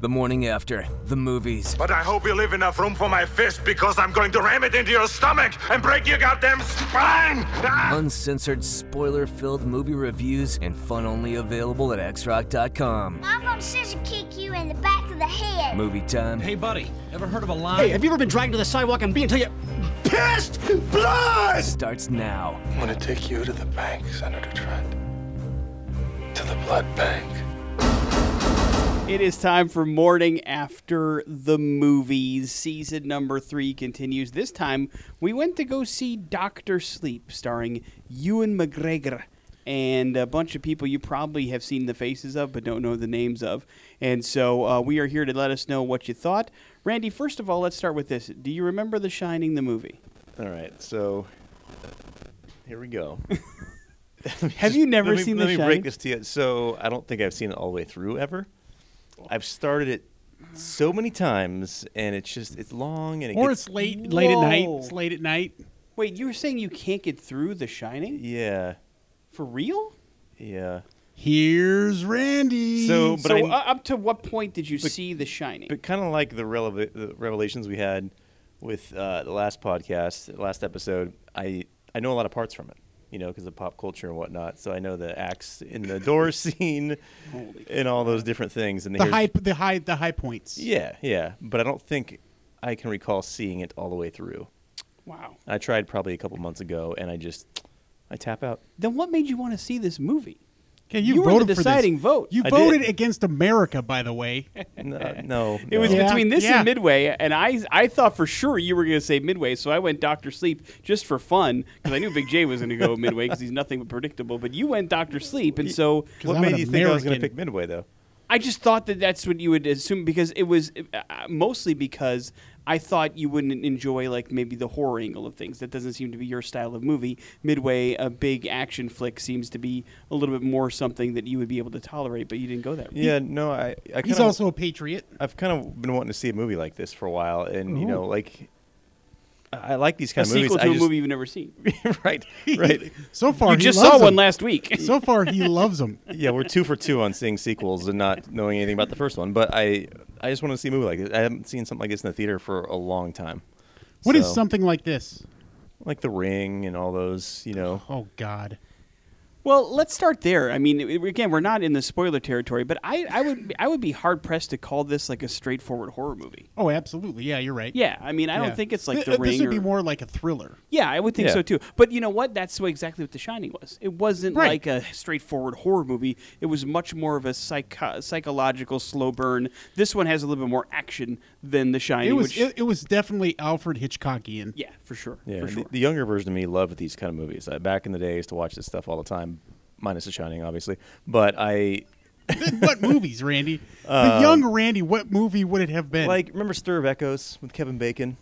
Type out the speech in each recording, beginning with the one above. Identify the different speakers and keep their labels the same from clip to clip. Speaker 1: The morning after, the movies.
Speaker 2: But I hope you leave enough room for my fist because I'm going to ram it into your stomach and break your goddamn spine! Ah!
Speaker 1: Uncensored, spoiler filled movie reviews and fun only available at xrock.com.
Speaker 3: I'm gonna scissor kick you in the back of the head.
Speaker 1: Movie time.
Speaker 4: Hey, buddy, ever heard of a line?
Speaker 5: Hey, have you ever been dragged to the sidewalk and beaten until you pissed blood?
Speaker 1: starts now.
Speaker 6: I'm gonna take you to the bank, Senator Trent. To the blood bank.
Speaker 7: It is time for Morning After the Movies. Season number three continues. This time, we went to go see Doctor Sleep, starring Ewan McGregor and a bunch of people you probably have seen the faces of but don't know the names of. And so uh, we are here to let us know what you thought. Randy, first of all, let's start with this. Do you remember The Shining, the movie?
Speaker 8: All right, so uh, here we go.
Speaker 7: Have you never
Speaker 8: let me,
Speaker 7: seen
Speaker 8: Let
Speaker 7: The
Speaker 8: me
Speaker 7: Shining?
Speaker 8: break this to you. So I don't think I've seen it all the way through ever. I've started it so many times, and it's just it's long and it
Speaker 4: or
Speaker 8: gets,
Speaker 4: it's late, late at night.
Speaker 7: Whoa.
Speaker 4: It's late at night.
Speaker 7: Wait, you were saying you can't get through The Shining?
Speaker 8: yeah,
Speaker 7: For real?
Speaker 8: yeah.
Speaker 4: Here's Randy.
Speaker 8: So, but
Speaker 7: so
Speaker 8: I,
Speaker 7: u- up to what point did you see The Shining?
Speaker 8: but kind of like the, releva- the revelations we had with uh, the last podcast, the last episode, I I know a lot of parts from it, you know, because of pop culture and whatnot. So I know the axe in the door scene and all those different things. And
Speaker 4: the
Speaker 8: here's-
Speaker 4: high, the high, the high points.
Speaker 8: Yeah, yeah. But I don't think I can recall seeing it all the way through.
Speaker 7: wow.
Speaker 8: I tried probably a couple months ago, and I just I tap out.
Speaker 7: Then what made you want to see this movie?
Speaker 4: Okay, you,
Speaker 7: You were the
Speaker 4: voted for this.
Speaker 7: deciding vote.
Speaker 4: You
Speaker 8: I
Speaker 4: voted
Speaker 8: did.
Speaker 4: against America, by the way.
Speaker 8: No, uh, no.
Speaker 7: It was
Speaker 8: no.
Speaker 4: Yeah.
Speaker 7: between this
Speaker 4: Yeah.
Speaker 7: and Midway, and I I thought for sure you were going to say Midway, so I went Doctor Sleep just for fun because I knew Big J was going to go Midway because he's nothing but predictable. But you went Doctor Sleep, and so
Speaker 8: What
Speaker 4: I'm
Speaker 8: made
Speaker 4: an
Speaker 8: you think I was going to
Speaker 4: American.
Speaker 8: pick Midway though?
Speaker 7: I just thought that that's what you would assume because it was uh, mostly because I thought you wouldn't enjoy like maybe the horror angle of things. That doesn't seem to be your style of movie. Midway, a big action flick, seems to be a little bit more something that you would be able to tolerate, but you didn't go that route.
Speaker 8: Yeah, no. I, I kind
Speaker 4: He's
Speaker 8: of,
Speaker 4: also a patriot.
Speaker 8: I've kind of been wanting to see a movie like this for a while, and you know, like I I like these
Speaker 7: A
Speaker 8: kind of movies.
Speaker 7: sequel to
Speaker 8: I
Speaker 7: a
Speaker 8: just-
Speaker 7: movie you've never seen.
Speaker 8: right? Right.
Speaker 4: So far,
Speaker 7: You
Speaker 4: he
Speaker 7: just
Speaker 4: loves
Speaker 7: saw one
Speaker 4: him.
Speaker 7: last week.
Speaker 4: So far, he loves them.
Speaker 8: yeah, we're two for two on seeing sequels and not knowing anything about the first one. But I, I just want to see a movie like this. I haven't seen something like this in the theater for a long time.
Speaker 4: What is
Speaker 8: So-
Speaker 4: something like this?
Speaker 8: like The Ring and all those? You know,
Speaker 4: Oh God.
Speaker 7: Well, let's start there. I mean, i- again, we're not in the spoiler territory, but I, I would I would be hard pressed to call this like a straightforward horror movie.
Speaker 4: Oh, absolutely. Yeah, you're right.
Speaker 7: Yeah, I mean, I
Speaker 4: Yeah.
Speaker 7: don't think it's like
Speaker 4: Th- uh,
Speaker 7: the
Speaker 4: this
Speaker 7: ring.
Speaker 4: would be
Speaker 7: or-
Speaker 4: more like a thriller.
Speaker 7: Yeah, I would think
Speaker 8: Yeah.
Speaker 7: so too. But you know what? That's what- exactly what The Shining was. It wasn't
Speaker 4: Right.
Speaker 7: like a straightforward horror movie. It was much more of a psycho- psychological slow burn. This one has a little bit more action than The Shining.
Speaker 4: It was
Speaker 7: which,
Speaker 4: it, it was definitely Alfred Hitchcockian.
Speaker 7: yeah, for sure.
Speaker 8: Yeah,
Speaker 7: for
Speaker 8: the-
Speaker 7: sure.
Speaker 8: the, younger version of me loved these kind of movies. Uh, back in the day, I used to watch this stuff all the time, minus The Shining, obviously. But I
Speaker 4: what movies, Randy? the
Speaker 8: Uh,
Speaker 4: young Randy. What movie would it have been?
Speaker 8: like remember Stir of Echoes with Kevin Bacon.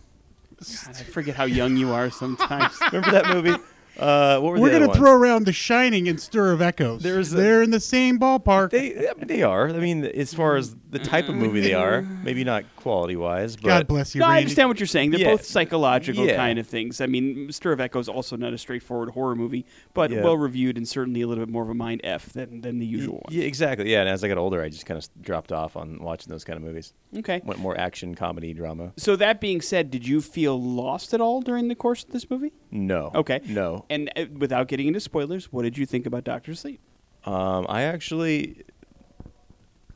Speaker 7: God, I forget how young you are sometimes.
Speaker 8: Remember that movie? Uh, what were
Speaker 4: we're
Speaker 8: the
Speaker 4: gonna
Speaker 8: other
Speaker 4: throw
Speaker 8: ones?
Speaker 4: around The Shining and Stir of Echoes.
Speaker 8: There's a-
Speaker 4: They're in the same ballpark.
Speaker 8: They yeah, they are. I mean, as far as the type of movie they are, maybe not quality wise, but
Speaker 4: God bless you,
Speaker 7: No, I
Speaker 4: Randy.
Speaker 7: understand what you're saying. They're
Speaker 8: Yeah.
Speaker 7: both psychological
Speaker 8: Yeah.
Speaker 7: kind of things. I mean, Stir of Echo is also not a straightforward horror movie, but
Speaker 8: Yeah.
Speaker 7: well reviewed and certainly a little bit more of a mind f than than the usual one.
Speaker 8: Yeah, exactly. Yeah, and as I got older, I just kind of dropped off on watching those kind of movies.
Speaker 7: Okay.
Speaker 8: Went more action, comedy, drama.
Speaker 7: So that being said, did you feel lost at all during the course of this movie?
Speaker 8: No.
Speaker 7: Okay.
Speaker 8: No.
Speaker 7: And uh, without getting into spoilers, what did you think about Doctor Sleep?
Speaker 8: Um, I actually,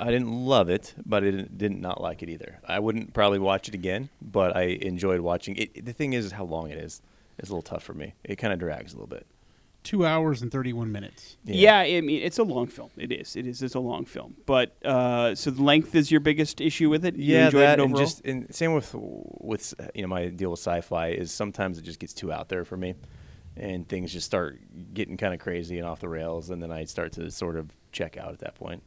Speaker 8: I didn't love it, but I didn't, didn't not like it either. I wouldn't probably watch it again, but I enjoyed watching it. The thing is, how long it is. It's a little tough for me. It kind of drags a little bit.
Speaker 4: Two hours and thirty-one minutes.
Speaker 7: Yeah. I mean it's a long film. It is. It is. It's a long film. But uh, so the length is your biggest issue with it. you
Speaker 8: Yeah,
Speaker 7: enjoyed
Speaker 8: that
Speaker 7: it
Speaker 8: and
Speaker 7: overall?
Speaker 8: just and same with with uh, you know my deal with sci-fi is sometimes it just gets too out there for me, and things just start getting kind of crazy and off the rails, and then I start to sort of check out at that point.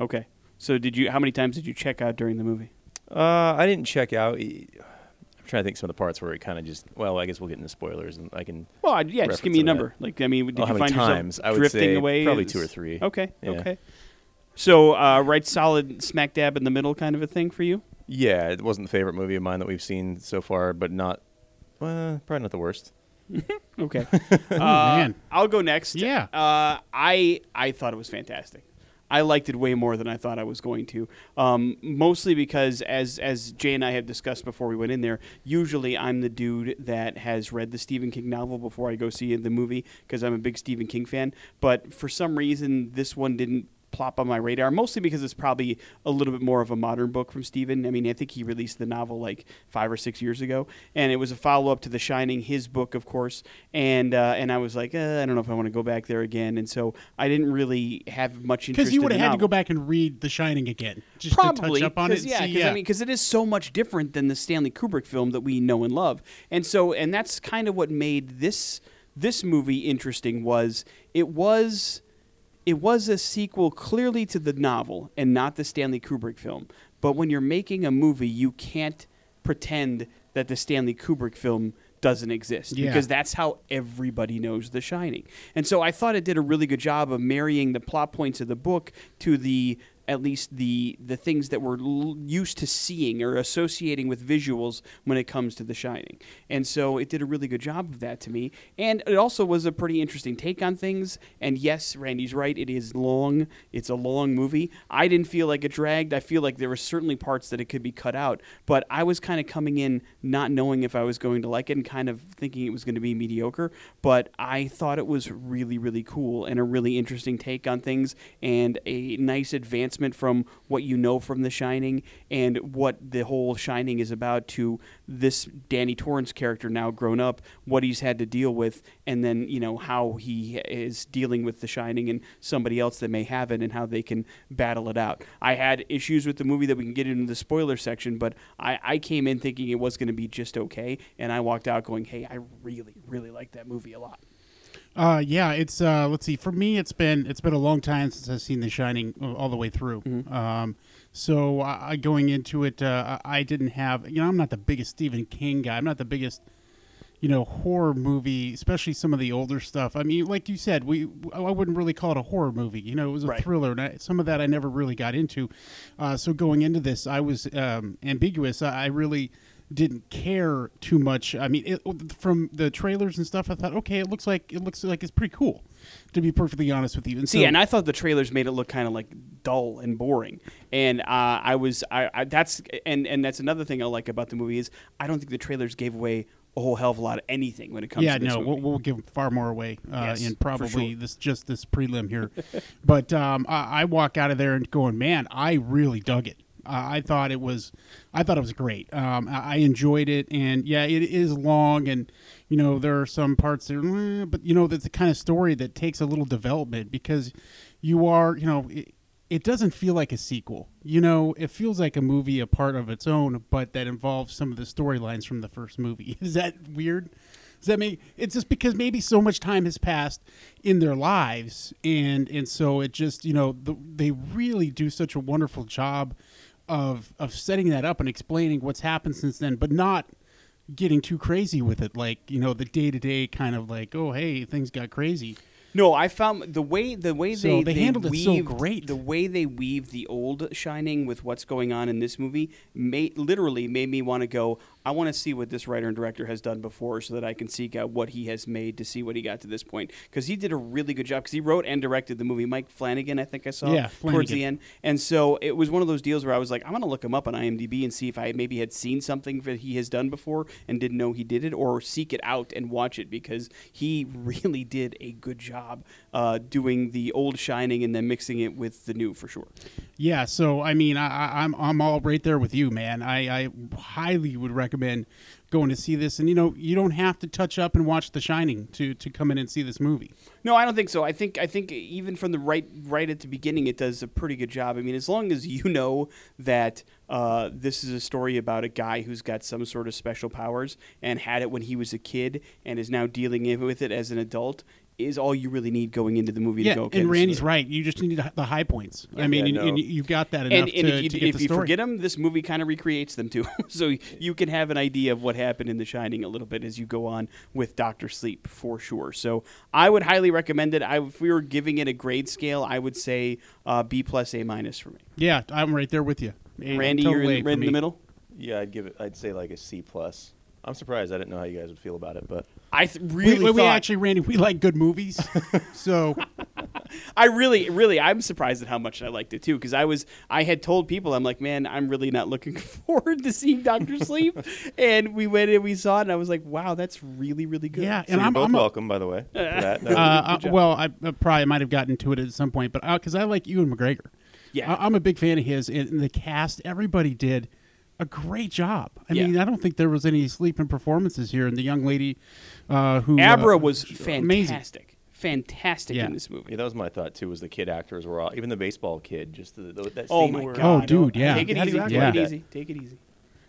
Speaker 7: okay. So did you? How many times did you check out during the movie?
Speaker 8: Uh, I didn't check out. E- I'm trying to think some of the parts where it kind of just. Well, I guess we'll get into spoilers, and I can.
Speaker 7: Well, I- yeah, just give me a
Speaker 8: reference
Speaker 7: number.
Speaker 8: of that.
Speaker 7: Like, I mean, did
Speaker 8: Oh,
Speaker 7: you
Speaker 8: how many
Speaker 7: find
Speaker 8: times? I
Speaker 7: yourself
Speaker 8: would
Speaker 7: drifting
Speaker 8: say
Speaker 7: away?
Speaker 8: probably
Speaker 7: Is-
Speaker 8: two or three.
Speaker 7: Okay,
Speaker 8: Yeah.
Speaker 7: okay. So, uh, right, solid smack dab in the middle, kind of a thing for you.
Speaker 8: Yeah, it wasn't the favorite movie of mine that we've seen so far, but not. Well, probably not the worst.
Speaker 7: Okay,
Speaker 4: Oh man.
Speaker 8: Uh,
Speaker 7: I'll go next.
Speaker 4: Yeah.
Speaker 7: uh, I I thought it was fantastic. I liked it way more than I thought I was going to. Um, mostly because, as as Jay and I have discussed before we went in there, usually I'm the dude that has read the Stephen King novel before I go see the movie because I'm a big Stephen King fan. But for some reason, this one didn't plop on my radar, mostly because it's probably a little bit more of a modern book from Stephen. I mean, I think he released the novel like five or six years ago, and it was a follow up to The Shining, his book, of course. And uh, and I was like, uh, I don't know if I want to go back there again, and so I didn't really have much interest.
Speaker 4: Because you
Speaker 7: would have
Speaker 4: had to go back and read The Shining again, just
Speaker 7: Probably,
Speaker 4: to touch up on it.
Speaker 7: 'cause,
Speaker 4: and
Speaker 7: Yeah,
Speaker 4: see,
Speaker 7: because I mean, because it is so much different than the Stanley Kubrick film that we know and love, and so and that's kind of what made this this movie interesting was it was it was a sequel clearly to the novel and not the Stanley Kubrick film. But when you're making a movie, you can't pretend that the Stanley Kubrick film doesn't exist
Speaker 4: Yeah.
Speaker 7: because that's how everybody knows The Shining. And so I thought it did a really good job of marrying the plot points of the book to the at least the the things that we're l- used to seeing or associating with visuals when it comes to The Shining. And so it did a really good job of that to me. And it also was a pretty interesting take on things. And yes, Randy's right. It is long. It's a long movie. I didn't feel like it dragged. I feel like there were certainly parts that it could be cut out. But I was kind of coming in not knowing if I was going to like it and kind of thinking it was going to be mediocre. But I thought it was really, really cool and a really interesting take on things and a nice advancement from what you know from The Shining and what the whole Shining is about to this Danny Torrance character now grown up, what he's had to deal with, and then, you know, how he is dealing with The Shining and somebody else that may have it and how they can battle it out. I had issues with the movie that we can get into the spoiler section, but I, I came in thinking it was going to be just okay, and I walked out going, hey, I really, really like that movie a lot.
Speaker 4: Uh, yeah, it's uh, let's see. For me, it's been it's been a long time since I've seen The Shining uh, all the way through. Um, so I, I- going into it, uh, I I didn't have you know I'm not the biggest Stephen King guy. I'm not the biggest you know horror movie, especially some of the older stuff. I mean, like you said, we I wouldn't really call it a horror movie. You know, it was a
Speaker 7: Right.
Speaker 4: thriller, and I, some of that I never really got into. Uh, so going into this, I was um, ambiguous. I, I really didn't care too much. I mean, it, from the trailers and stuff, I thought, okay, it looks like it looks like it's pretty cool. To be perfectly honest with you, and
Speaker 7: See,
Speaker 4: so,
Speaker 7: and I thought the trailers made it look kind of like dull and boring, and uh, I was I, I that's and and that's another thing I like about the movie is I don't think the trailers gave away a whole hell of a lot of anything when it comes.
Speaker 4: yeah,
Speaker 7: to this
Speaker 4: no,
Speaker 7: movie.
Speaker 4: we'll, we'll give far more away, uh,
Speaker 7: Yes,
Speaker 4: in
Speaker 7: for
Speaker 4: probably
Speaker 7: sure.
Speaker 4: this just this prelim here, but um, I, I walk out of there and going, man, I really dug it. I I thought it was, I thought it was great. Um, I I enjoyed it, and yeah, it is long, and you know there are some parts there, "Mm," but you know that's the kind of story that takes a little development because you are, you know. It, it doesn't feel like a sequel. You know, it feels like a movie, a part of its own, but that involves some of the storylines from the first movie. Is that weird? Does that make it's just because maybe so much time has passed in their lives, and and so it just you know the, they really do such a wonderful job of of setting that up and explaining what's happened since then, but not getting too crazy with it. Like you know the day to day kind of like oh hey things got crazy.
Speaker 7: No, I found the way the way
Speaker 4: So
Speaker 7: they,
Speaker 4: they handled it
Speaker 7: weaved,
Speaker 4: so great.
Speaker 7: The way they weave the old Shining with what's going on in this movie made literally made me want to go. I want to see what this writer and director has done before, so that I can seek out what he has made to see what he got to this point. Because he did a really good job. Because he wrote and directed the movie. Mike Flanagan, I think I saw
Speaker 4: Yeah,
Speaker 7: towards the
Speaker 4: Flanagan.
Speaker 7: end, and so it was one of those deals where I was like, I'm gonna look him up on IMDb and see if I maybe had seen something that he has done before and didn't know he did it, or seek it out and watch it because he really did a good job uh, doing the old Shining and then mixing it with the new for sure.
Speaker 4: Yeah, so I mean, I, I, I'm I'm all right there with you, man. I, I highly would recommend going to see this, and you know, you don't have to touch up and watch The Shining to to come in and see this movie.
Speaker 7: No, I don't think so. I think I think even from the right right at the beginning, it does a pretty good job. I mean, as long as you know that uh, this is a story about a guy who's got some sort of special powers and had it when he was a kid and is now dealing i- with it as an adult, is all you really need going into the movie
Speaker 4: Yeah,
Speaker 7: to go. okay,
Speaker 4: and
Speaker 7: this is
Speaker 4: Randy's
Speaker 7: it.
Speaker 4: right. You just need the high points. I mean,
Speaker 8: Yeah,
Speaker 4: and, and
Speaker 8: no.
Speaker 4: you got that enough
Speaker 7: And, and
Speaker 4: to,
Speaker 7: if you,
Speaker 4: to get
Speaker 7: if
Speaker 4: the
Speaker 7: you
Speaker 4: story.
Speaker 7: forget them, this movie kind of recreates them too. so you can have an idea of what happened in The Shining a little bit as you go on with Doctor Sleep for sure. So I would highly recommend it. I, if we were giving it a grade scale, I would say uh, B plus A minus for me.
Speaker 4: yeah, I'm right there with you.
Speaker 7: Randy,
Speaker 4: Total
Speaker 7: you're
Speaker 4: A
Speaker 7: in,
Speaker 4: for
Speaker 7: right in
Speaker 4: me.
Speaker 7: the middle.
Speaker 8: Yeah, I'd give it. I'd say like a C plus. I'm surprised. I didn't know how you guys would feel about it, but
Speaker 7: I th-
Speaker 4: We,
Speaker 7: really
Speaker 4: we, we
Speaker 7: thought-
Speaker 4: actually, Randy, we like good movies, so
Speaker 7: I really, really, I'm surprised at how much I liked it too. Because I was, I had told people, I'm like, man, I'm really not looking forward to seeing Doctor Sleep. and we went and we saw it, and I was like, wow, that's really, really good.
Speaker 4: yeah, and
Speaker 8: you're
Speaker 4: I'm,
Speaker 8: both
Speaker 4: I'm a,
Speaker 8: welcome, by the way. for that. No,
Speaker 4: uh, uh, well, I, I probably might have gotten to it at some point, but because I like Ewan McGregor,
Speaker 7: Yeah.
Speaker 4: I, I'm a big fan of his, and, and the cast, everybody did a great job. I
Speaker 7: Yeah.
Speaker 4: mean, I don't think there was any sleeping performances here, and the young lady uh, who
Speaker 7: Abra
Speaker 4: uh,
Speaker 7: was
Speaker 4: amazing.
Speaker 7: fantastic, fantastic
Speaker 4: Yeah.
Speaker 7: in this movie.
Speaker 8: yeah, that was my thought too. Was the kid actors were all, even the baseball kid, just the, the, that
Speaker 7: Oh
Speaker 8: scene
Speaker 7: my
Speaker 8: where-
Speaker 7: god!
Speaker 4: dude, yeah.
Speaker 7: Take it
Speaker 4: How do
Speaker 7: easy.
Speaker 4: you act
Speaker 7: Take
Speaker 4: like
Speaker 7: it
Speaker 8: that?
Speaker 7: easy. Take it easy.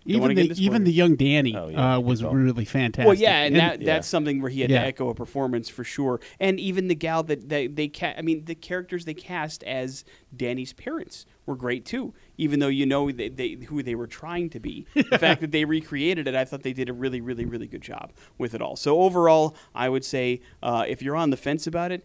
Speaker 7: Don't wanna
Speaker 4: Even
Speaker 7: get
Speaker 4: the
Speaker 7: into
Speaker 4: even the
Speaker 7: spoilers.
Speaker 4: young Danny
Speaker 8: Oh, yeah,
Speaker 4: uh, was
Speaker 8: good call.
Speaker 4: really fantastic.
Speaker 7: Well, yeah, and, that
Speaker 8: Yeah.
Speaker 7: that's something where he had
Speaker 4: Yeah.
Speaker 7: to echo a performance for sure. And even the gal that they, they ca- I mean, the characters they cast as Danny's parents were great too. Even though you know they, they, who they were trying to be, the fact that they recreated it, I thought they did a really, really, really good job with it all. So overall, I would say uh, if you're on the fence about it,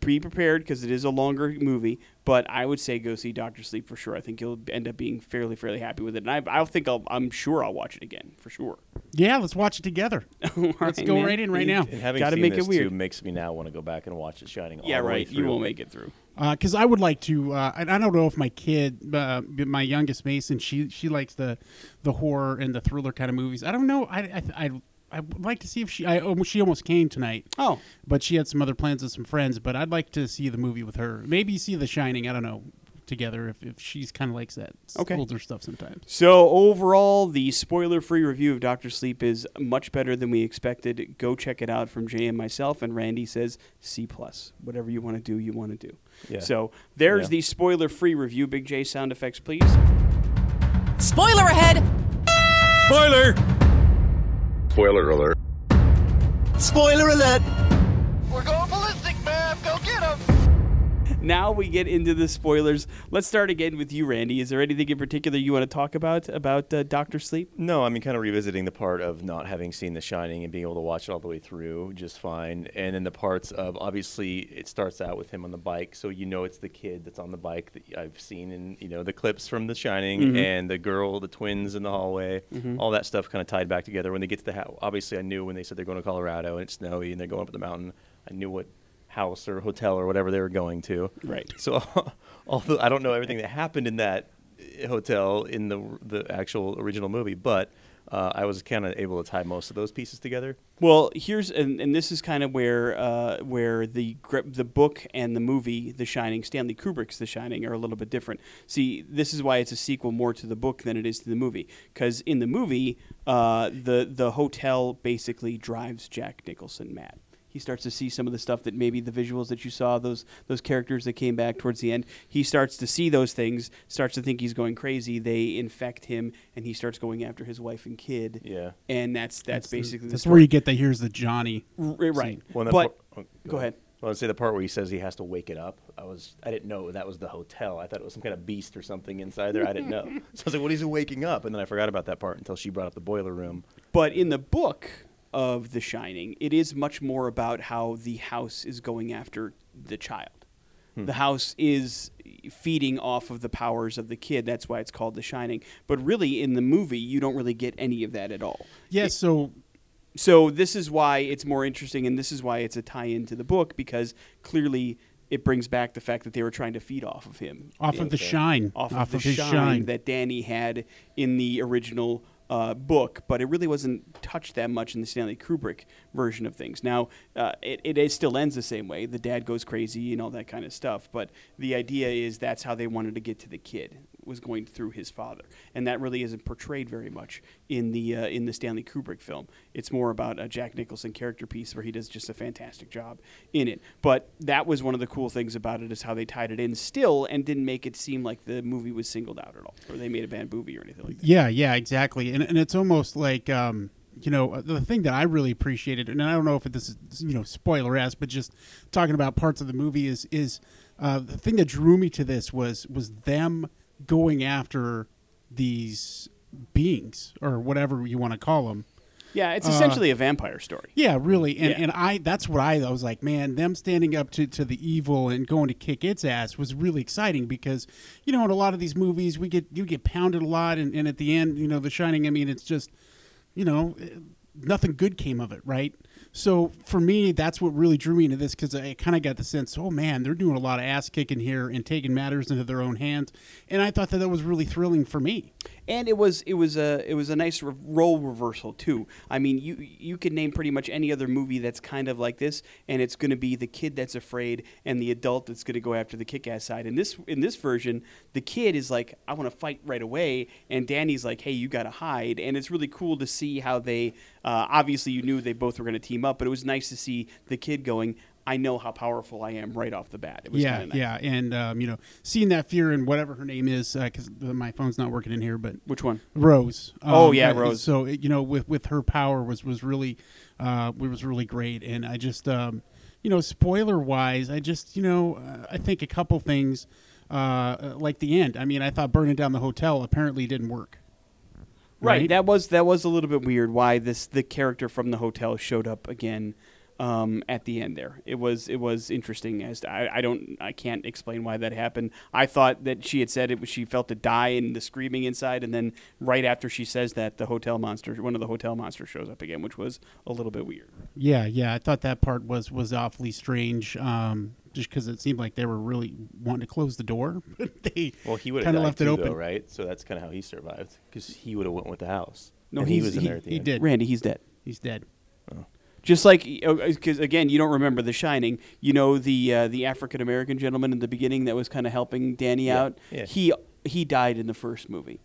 Speaker 7: be prepared because it is a longer movie. But I would say go see Doctor Sleep for sure. I think you'll end up being fairly, fairly happy with it. And I, I think I'll, I'm sure I'll watch it again for sure.
Speaker 4: yeah, let's watch it together. let's
Speaker 7: right,
Speaker 4: go
Speaker 7: man.
Speaker 4: right in right
Speaker 7: You
Speaker 4: now.
Speaker 8: And having
Speaker 7: Gotta
Speaker 8: seen
Speaker 7: make it
Speaker 8: this
Speaker 7: weird.
Speaker 8: too makes me now want to go back and watch it shining.
Speaker 7: Yeah,
Speaker 8: all the way
Speaker 7: right. You
Speaker 8: through.
Speaker 7: will make it through.
Speaker 4: because I would like to. Uh, and I don't know if my kid, uh, my youngest Mason, she she likes the the horror and the thriller kind of movies. I don't know. I I I, I would like to see if she. I almost- she almost came tonight.
Speaker 7: Oh.
Speaker 4: but she had some other plans with some friends. But I'd like to see the movie with her. Maybe see The Shining. I don't know. Together, if, if she's kind of likes that s-
Speaker 7: Okay.
Speaker 4: older stuff sometimes.
Speaker 7: So overall, the spoiler-free review of Doctor Sleep is much better than we expected. Go check it out from Jay and myself. And Randy says C plus. Whatever you want to do, you want to do.
Speaker 8: Yeah.
Speaker 7: So there's
Speaker 8: Yeah.
Speaker 7: the spoiler-free review. Big J sound effects, please.
Speaker 9: Spoiler ahead!
Speaker 1: Spoiler!
Speaker 2: Spoiler alert.
Speaker 1: Spoiler alert!
Speaker 7: Now we get into the spoilers. Let's start again with you, Randy. Is there anything in particular you want to talk about about uh, Doctor Sleep?
Speaker 8: No, I mean, kind of revisiting the part of not having seen The Shining and being able to watch it all the way through just fine. And then the parts of obviously it starts out with him on the bike, so you know it's the kid that's on the bike that I've seen in you know the clips from The Shining and the girl, the twins in the hallway, all that stuff kind of tied back together. When they get to the house, obviously I knew when they said they're going to Colorado and it's snowy and they're going up the mountain, I knew what house or hotel or whatever they were going to.
Speaker 7: Right.
Speaker 8: So although I don't know everything that happened in that eh, hotel in the the actual original movie, but uh, I was kind of able to tie most of those pieces together.
Speaker 7: Well, here's and, and this is kind of where uh, where the gri- the book and the movie The Shining, Stanley Kubrick's The Shining, are a little bit different. See, this is why it's a sequel more to the book than it is to the movie, because in the movie, uh, the the hotel basically drives Jack Nicholson mad. He starts to see some of the stuff that maybe the visuals that you saw those those characters that came back towards the end. He starts to see those things, starts to think he's going crazy. They infect him, and he starts going after his wife and kid.
Speaker 8: Yeah.
Speaker 7: and that's that's, basically the
Speaker 4: that's
Speaker 7: story.
Speaker 4: where you get the here's the Johnny.
Speaker 7: R- right.
Speaker 8: Well, that
Speaker 7: but
Speaker 8: part- oh,
Speaker 7: go ahead.
Speaker 8: Well, I'd say the part where he says he has to wake it up. I was I didn't know that was the hotel. I thought it was some kind of beast or something inside there. I didn't know. So I was like, "What is he waking up?" And then I forgot about that part until she brought up the boiler room.
Speaker 7: But in the book of The Shining, it is much more about how the house is going after the child. The house is feeding off of the powers of the kid. That's why it's called The Shining. But really, in the movie, you don't really get any of that at all.
Speaker 4: Yeah, so
Speaker 7: So this is why it's more interesting, and this is why it's a tie-in to the book because clearly it brings back the fact that they were trying to feed off of him,
Speaker 4: off of the shine,
Speaker 7: off, of, the
Speaker 4: his
Speaker 7: shine, that Danny had in the original uh, book, but it really wasn't touched that much in the Stanley Kubrick version of things. Now, uh, it, it, it still ends the same way. The dad goes crazy and all that kind of stuff, but the idea is that's how they wanted to get to the kid was going through his father, and that really isn't portrayed very much in the uh, in the Stanley Kubrick film. It's more about a Jack Nicholson character piece where he does just a fantastic job in it. But that was one of the cool things about it is how they tied it in still and didn't make it seem like the movie was singled out at all, or they made a bad movie or anything like that.
Speaker 4: Yeah, yeah, exactly. And and it's almost like um, you know, the thing that I really appreciated, and I don't know if this is you know spoiler ass, but just talking about parts of the movie is is uh, the thing that drew me to this was was them going after these beings or whatever you want to call them.
Speaker 7: Yeah, it's essentially a vampire story.
Speaker 4: Yeah, really. And
Speaker 7: Yeah.
Speaker 4: and I that's what I, I was like, man, them standing up to, to the evil and going to kick its ass was really exciting because, you know, in a lot of these movies we get you get pounded a lot and, and at the end, you know, the shining, I mean, it's just you know, nothing good came of it, right? So for me, that's what really drew me into this because I kind of got the sense, oh man, they're doing a lot of ass kicking here and taking matters into their own hands, and I thought that that was really thrilling for me.
Speaker 7: and it was it was a it was a nice re- role reversal too. I mean, you you could name pretty much any other movie that's kind of like this, and it's going to be the kid that's afraid and the adult that's going to go after the kick-ass side. In this in this version, the kid is like, I want to fight right away, and Danny's like, Hey, you got to hide. And it's really cool to see how they. Uh, obviously, you knew they both were going to team up, but it was nice to see the kid going. I know how powerful I am right off the bat. It was
Speaker 4: yeah,
Speaker 7: kinda nice.
Speaker 4: yeah, and um, you know, seeing that fear and whatever her name is, because my phone's not working in here, but
Speaker 7: Which one?
Speaker 4: Rose.
Speaker 7: Oh, yeah,
Speaker 4: uh,
Speaker 7: Rose.
Speaker 4: So it- you know, with with her power was was really, uh, was really great, and I just, um, you know, spoiler wise, I just, you know, uh, I think a couple things, uh, like the end. I mean, I thought burning down the hotel apparently didn't work.
Speaker 7: right?
Speaker 4: right?
Speaker 7: That was that was a little bit weird. Why this the character from the hotel showed up again um, at the end there? It was it was interesting. As to, I, I don't I can't explain why that happened. I thought that she had said it was she felt the die and the screaming inside, and then right after she says that, the hotel monster, one of the hotel monsters, shows up again, which was a little bit weird.
Speaker 4: Yeah, yeah, I thought that part was was awfully strange. Um, just because it seemed like they were really wanting to close the door, but they
Speaker 8: Well, he would have
Speaker 4: kind of left it open.
Speaker 8: though, right? So that's kind of how he survived because he would have went with the house.
Speaker 7: No,
Speaker 8: And he
Speaker 7: he's-
Speaker 8: was in
Speaker 7: he-
Speaker 8: there at the
Speaker 4: he
Speaker 8: end.
Speaker 4: did.
Speaker 7: Randy, he's dead.
Speaker 4: He's dead.
Speaker 7: Just like, because again, you don't remember The Shining. You know the uh, the African American gentleman in the beginning that was kind of helping Danny out.
Speaker 8: yeah.
Speaker 7: He he died in the first movie.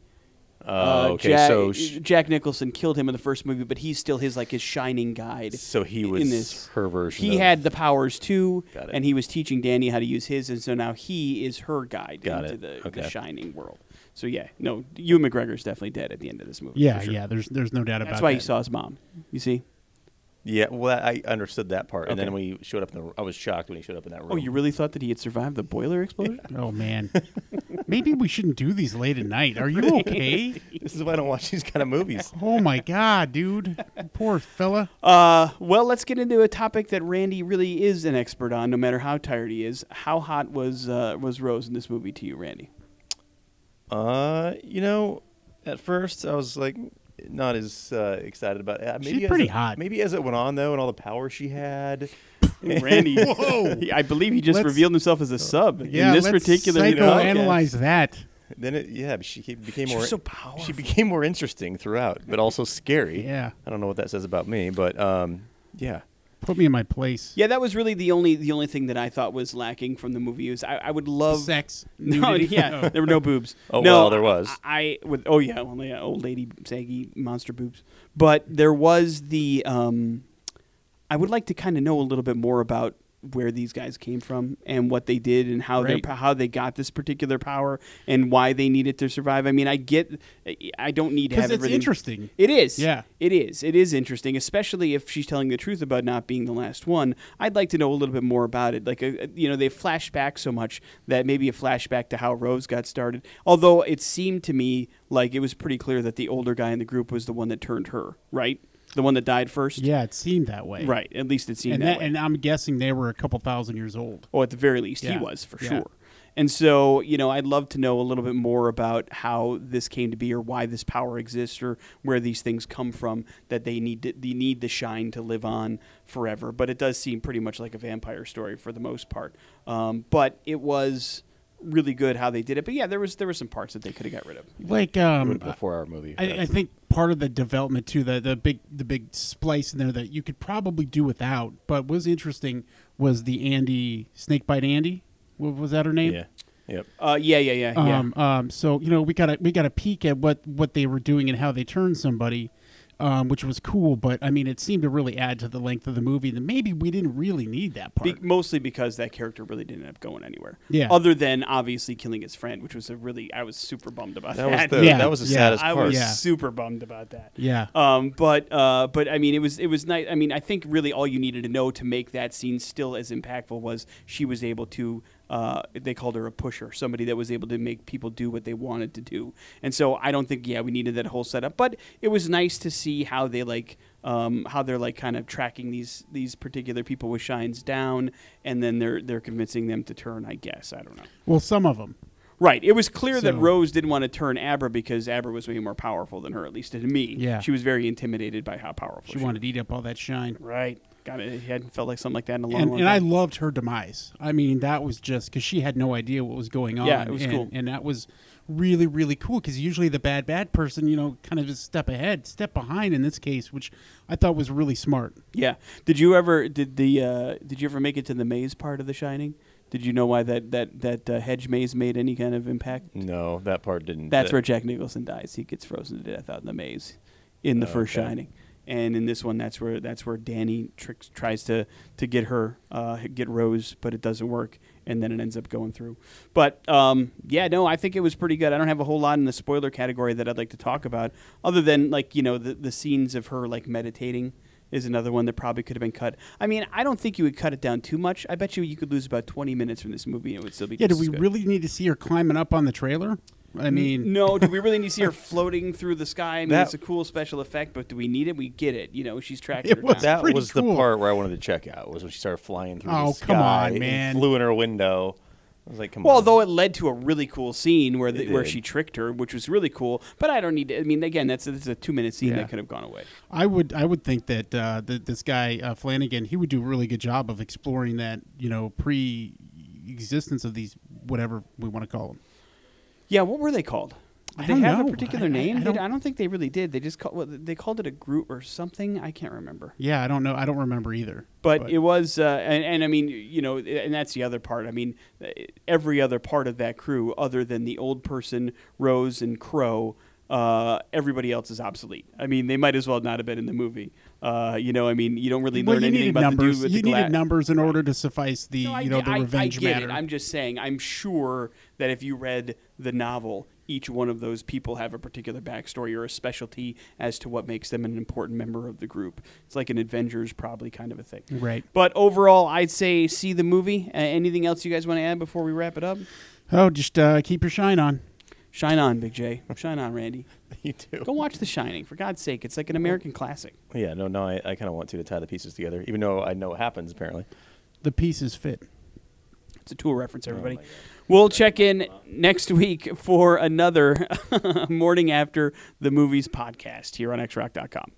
Speaker 8: Oh,
Speaker 7: Uh,
Speaker 8: okay.
Speaker 7: Jack,
Speaker 8: so sh-
Speaker 7: Jack Nicholson killed him in the first movie, but he's still his like his shining guide.
Speaker 8: So he
Speaker 7: in
Speaker 8: was
Speaker 7: this.
Speaker 8: her version
Speaker 7: He
Speaker 8: of-
Speaker 7: had the powers too,
Speaker 8: Got it.
Speaker 7: and he was teaching Danny how to use his, and so now he is her guide
Speaker 8: Got
Speaker 7: into
Speaker 8: it.
Speaker 7: the, the
Speaker 8: Okay.
Speaker 7: shining world. So yeah, no, Ewan McGregor's definitely dead at the end of this movie.
Speaker 4: Yeah,
Speaker 7: for sure.
Speaker 4: yeah. There's there's no doubt about
Speaker 7: That's why
Speaker 4: that.
Speaker 7: you saw his mom. You see?
Speaker 8: yeah. Well, I understood that part, and
Speaker 7: Okay.
Speaker 8: then when he showed up in the, I was shocked when he showed up in that room.
Speaker 7: Oh, you really thought that he had survived the boiler explosion?
Speaker 4: Oh man, maybe we shouldn't do these late at night. Are you okay?
Speaker 8: This is why I don't watch these kind of movies.
Speaker 4: Oh my god, dude, poor fella.
Speaker 7: Uh, well, let's get into a topic that Randy really is an expert on, no matter how tired he is. How hot was uh, was Rose in this movie to you, Randy?
Speaker 8: Uh, you know, at first I was like not as uh, excited about it. Uh, Maybe
Speaker 4: She's
Speaker 8: as
Speaker 4: pretty
Speaker 8: it-
Speaker 4: hot.
Speaker 8: Maybe as it went on though, and all the power she had.
Speaker 7: Randy, he- I believe he just
Speaker 4: Let's-
Speaker 7: revealed himself as a sub
Speaker 4: Yeah,
Speaker 7: in this
Speaker 4: let's
Speaker 7: particular.
Speaker 4: psychoanalyze that.
Speaker 8: Then it, yeah, but she ke- became
Speaker 7: She
Speaker 8: more
Speaker 7: was so powerful.
Speaker 8: She became more interesting throughout, but also scary.
Speaker 4: Yeah.
Speaker 8: I don't know what that says about me, but um, yeah.
Speaker 4: Put me in my place.
Speaker 7: Yeah, that was really the only the only thing that I thought was lacking from the movie. Is I, I would love
Speaker 4: Sex.
Speaker 7: No,
Speaker 4: nudity.
Speaker 7: yeah, there were no boobs.
Speaker 8: Oh,
Speaker 7: no,
Speaker 8: well, there was.
Speaker 7: I, I with oh yeah, well, yeah, old lady saggy monster boobs. But there was the um, I would like to kind of know a little bit more about where these guys came from and what they did and how
Speaker 4: Right.
Speaker 7: they how they got this particular power and why they needed to survive. I mean, I get I don't need to
Speaker 4: 'Cause
Speaker 7: have
Speaker 4: it's
Speaker 7: everything.
Speaker 4: interesting.
Speaker 7: It is.
Speaker 4: Yeah.
Speaker 7: It is. It is interesting, especially if she's telling the truth about not being the last one. I'd like to know a little bit more about it. Like, a, you know, they flash back so much that maybe a flashback to how Rose got started. Although it seemed to me like it was pretty clear that the older guy in the group was the one that turned her, right? The one that died first?
Speaker 4: yeah, it seemed that way.
Speaker 7: Right. At least it seemed
Speaker 4: And
Speaker 7: that,
Speaker 4: that,
Speaker 7: way.
Speaker 4: and I'm guessing they were a couple thousand years old.
Speaker 7: Or at the very least, he
Speaker 4: Yeah.
Speaker 7: was for
Speaker 4: Yeah.
Speaker 7: sure. And so, you know, I'd love to know a little bit more about how this came to be, or why this power exists, or where these things come from that they need to, they need the shine to live on forever. But it does seem pretty much like a vampire story for the most part. Um, but it was really good how they did it. But yeah, there was there were some parts that they could have got rid of.
Speaker 4: Like
Speaker 8: It
Speaker 4: um,
Speaker 8: would have been a four-hour movie.
Speaker 4: I, I think part of the development too, the the big the big splice in there that you could probably do without, but was interesting was the Andy Snakebite Andy. What was that her name?
Speaker 8: yeah. Yep.
Speaker 7: Uh, yeah, yeah, yeah, yeah.
Speaker 4: Um, um, so you know we got a we got a peek at what what they were doing and how they turned somebody, um, which was cool. But I mean, it seemed to really add to the length of the movie. That maybe we didn't really need that
Speaker 7: Be-
Speaker 4: part.
Speaker 7: mostly because that character really didn't end up going anywhere.
Speaker 4: Yeah.
Speaker 7: Other than obviously killing his friend, which was a really I was super bummed about
Speaker 8: That
Speaker 7: that.
Speaker 8: was the
Speaker 4: Yeah,
Speaker 8: that was the
Speaker 4: yeah.
Speaker 8: saddest
Speaker 7: I
Speaker 8: part.
Speaker 7: was
Speaker 4: Yeah.
Speaker 7: super bummed about that.
Speaker 4: Yeah.
Speaker 7: Um, but uh, but I mean, it was it was nice. I mean, I think really all you needed to know to make that scene still as impactful was she was able to. Uh, they called her a pusher, somebody that was able to make people do what they wanted to do. And so I don't think yeah we needed that whole setup, but it was nice to see how they like. Um, how they're like kind of tracking these these particular people with shines down, and then they're they're convincing them to turn. I guess I don't know.
Speaker 4: Well, some of them.
Speaker 7: Right. It was clear that
Speaker 4: So-
Speaker 7: Rose didn't want to turn Abra because Abra was way more powerful than her, at least to me.
Speaker 4: Yeah.
Speaker 7: She was very intimidated by how powerful she,
Speaker 4: She wanted to eat up all that shine.
Speaker 7: Right. God, it hadn't felt like something like that in a long,
Speaker 4: And,
Speaker 7: long
Speaker 4: and I
Speaker 7: time.
Speaker 4: loved her demise. I mean, that was just because she had no idea what was going on.
Speaker 7: Yeah, it was
Speaker 4: and,
Speaker 7: cool.
Speaker 4: And that was really, really cool because usually the bad, bad person, you know, kind of is step ahead, step behind in this case, which I thought was really smart.
Speaker 7: yeah. Did you ever did the uh, did you ever make it to the maze part of The Shining? Did you know why that that that uh, hedge maze made any kind of impact?
Speaker 8: No, that part didn't.
Speaker 7: That's
Speaker 8: that-
Speaker 7: where Jack Nicholson dies. He gets frozen to death out in the maze in the first
Speaker 8: okay.
Speaker 7: Shining. And in this one, that's where that's where Danny tricks, tries to to get her, uh, get Rose, but it doesn't work, and then it ends up going through. But um, yeah, no, I think it was pretty good. I don't have a whole lot in the spoiler category that I'd like to talk about, other than like you know the the scenes of her like meditating is another one that probably could have been cut. I mean, I don't think you would cut it down too much. I bet you you could lose about twenty minutes from this movie, and it would still be
Speaker 4: Yeah, do
Speaker 7: just
Speaker 4: we
Speaker 7: as good.
Speaker 4: really need to see her climbing up on the trailer? I mean,
Speaker 7: No, do we really need to see her floating through the sky? I mean,
Speaker 8: That-
Speaker 7: it's a cool special effect, but do we need it? We get it. You know, she's tracking
Speaker 4: It
Speaker 7: her
Speaker 4: was-
Speaker 7: down.
Speaker 8: That
Speaker 4: pretty
Speaker 8: was
Speaker 4: cool.
Speaker 8: the part where I wanted to check out was when she started flying through
Speaker 4: Oh,
Speaker 8: the sky.
Speaker 4: come on,
Speaker 8: and
Speaker 4: man.
Speaker 8: Flew in her window. I was like, come
Speaker 7: Well,
Speaker 8: on.
Speaker 7: although it led to a really cool scene where the,
Speaker 8: It
Speaker 7: where
Speaker 8: did.
Speaker 7: she tricked her, which was really cool. But I don't need to. I mean, again, that's a, that's a two minute scene
Speaker 4: Yeah.
Speaker 7: that could have gone away.
Speaker 4: I would I would think that uh, th- this guy uh, Flanagan he would do a really good job of exploring that you know pre existence of these whatever we want to call them.
Speaker 7: Yeah, what were they called? Did
Speaker 4: I
Speaker 7: they
Speaker 4: don't
Speaker 7: have
Speaker 4: know.
Speaker 7: a particular
Speaker 4: I- I-
Speaker 7: name?
Speaker 4: I
Speaker 7: They-
Speaker 4: don't-
Speaker 7: think they really did. They just called well, they called it a group or something. I can't remember.
Speaker 4: Yeah, I don't know. I don't remember either.
Speaker 7: but, it was uh, and, and i mean you know and that's the other part i mean every other part of that crew other than the old person rose and crow uh, everybody else is obsolete i mean they might as well not have been in the movie uh, you know i mean you don't really
Speaker 4: well,
Speaker 7: learn
Speaker 4: you
Speaker 7: anything
Speaker 4: needed
Speaker 7: about
Speaker 4: numbers.
Speaker 7: the dude with
Speaker 4: you
Speaker 7: the
Speaker 4: needed
Speaker 7: gla-
Speaker 4: numbers in order to suffice the
Speaker 7: No, I
Speaker 4: you know
Speaker 7: get-
Speaker 4: the
Speaker 7: I-
Speaker 4: revenge
Speaker 7: I get
Speaker 4: matter.
Speaker 7: It. I'm just saying. I'm sure that if you read the novel, each one of those people have a particular backstory or a specialty as to what makes them an important member of the group. It's like an Avengers, probably kind of a thing.
Speaker 4: Right.
Speaker 7: But overall, I'd say see the movie. A- anything else you guys want to add before we wrap it up?
Speaker 4: oh, just uh, keep your shine on.
Speaker 7: Shine on, Big J. Shine on, Randy.
Speaker 8: you do.
Speaker 7: Go watch The Shining, for God's sake. It's like an American classic.
Speaker 8: Yeah, no, no. I, I kind of want to to tie the pieces together, even though I know what happens apparently.
Speaker 4: The pieces fit.
Speaker 7: It's a tool reference, everybody. we'll check in next week for another morning after the movies podcast here on xrock.com.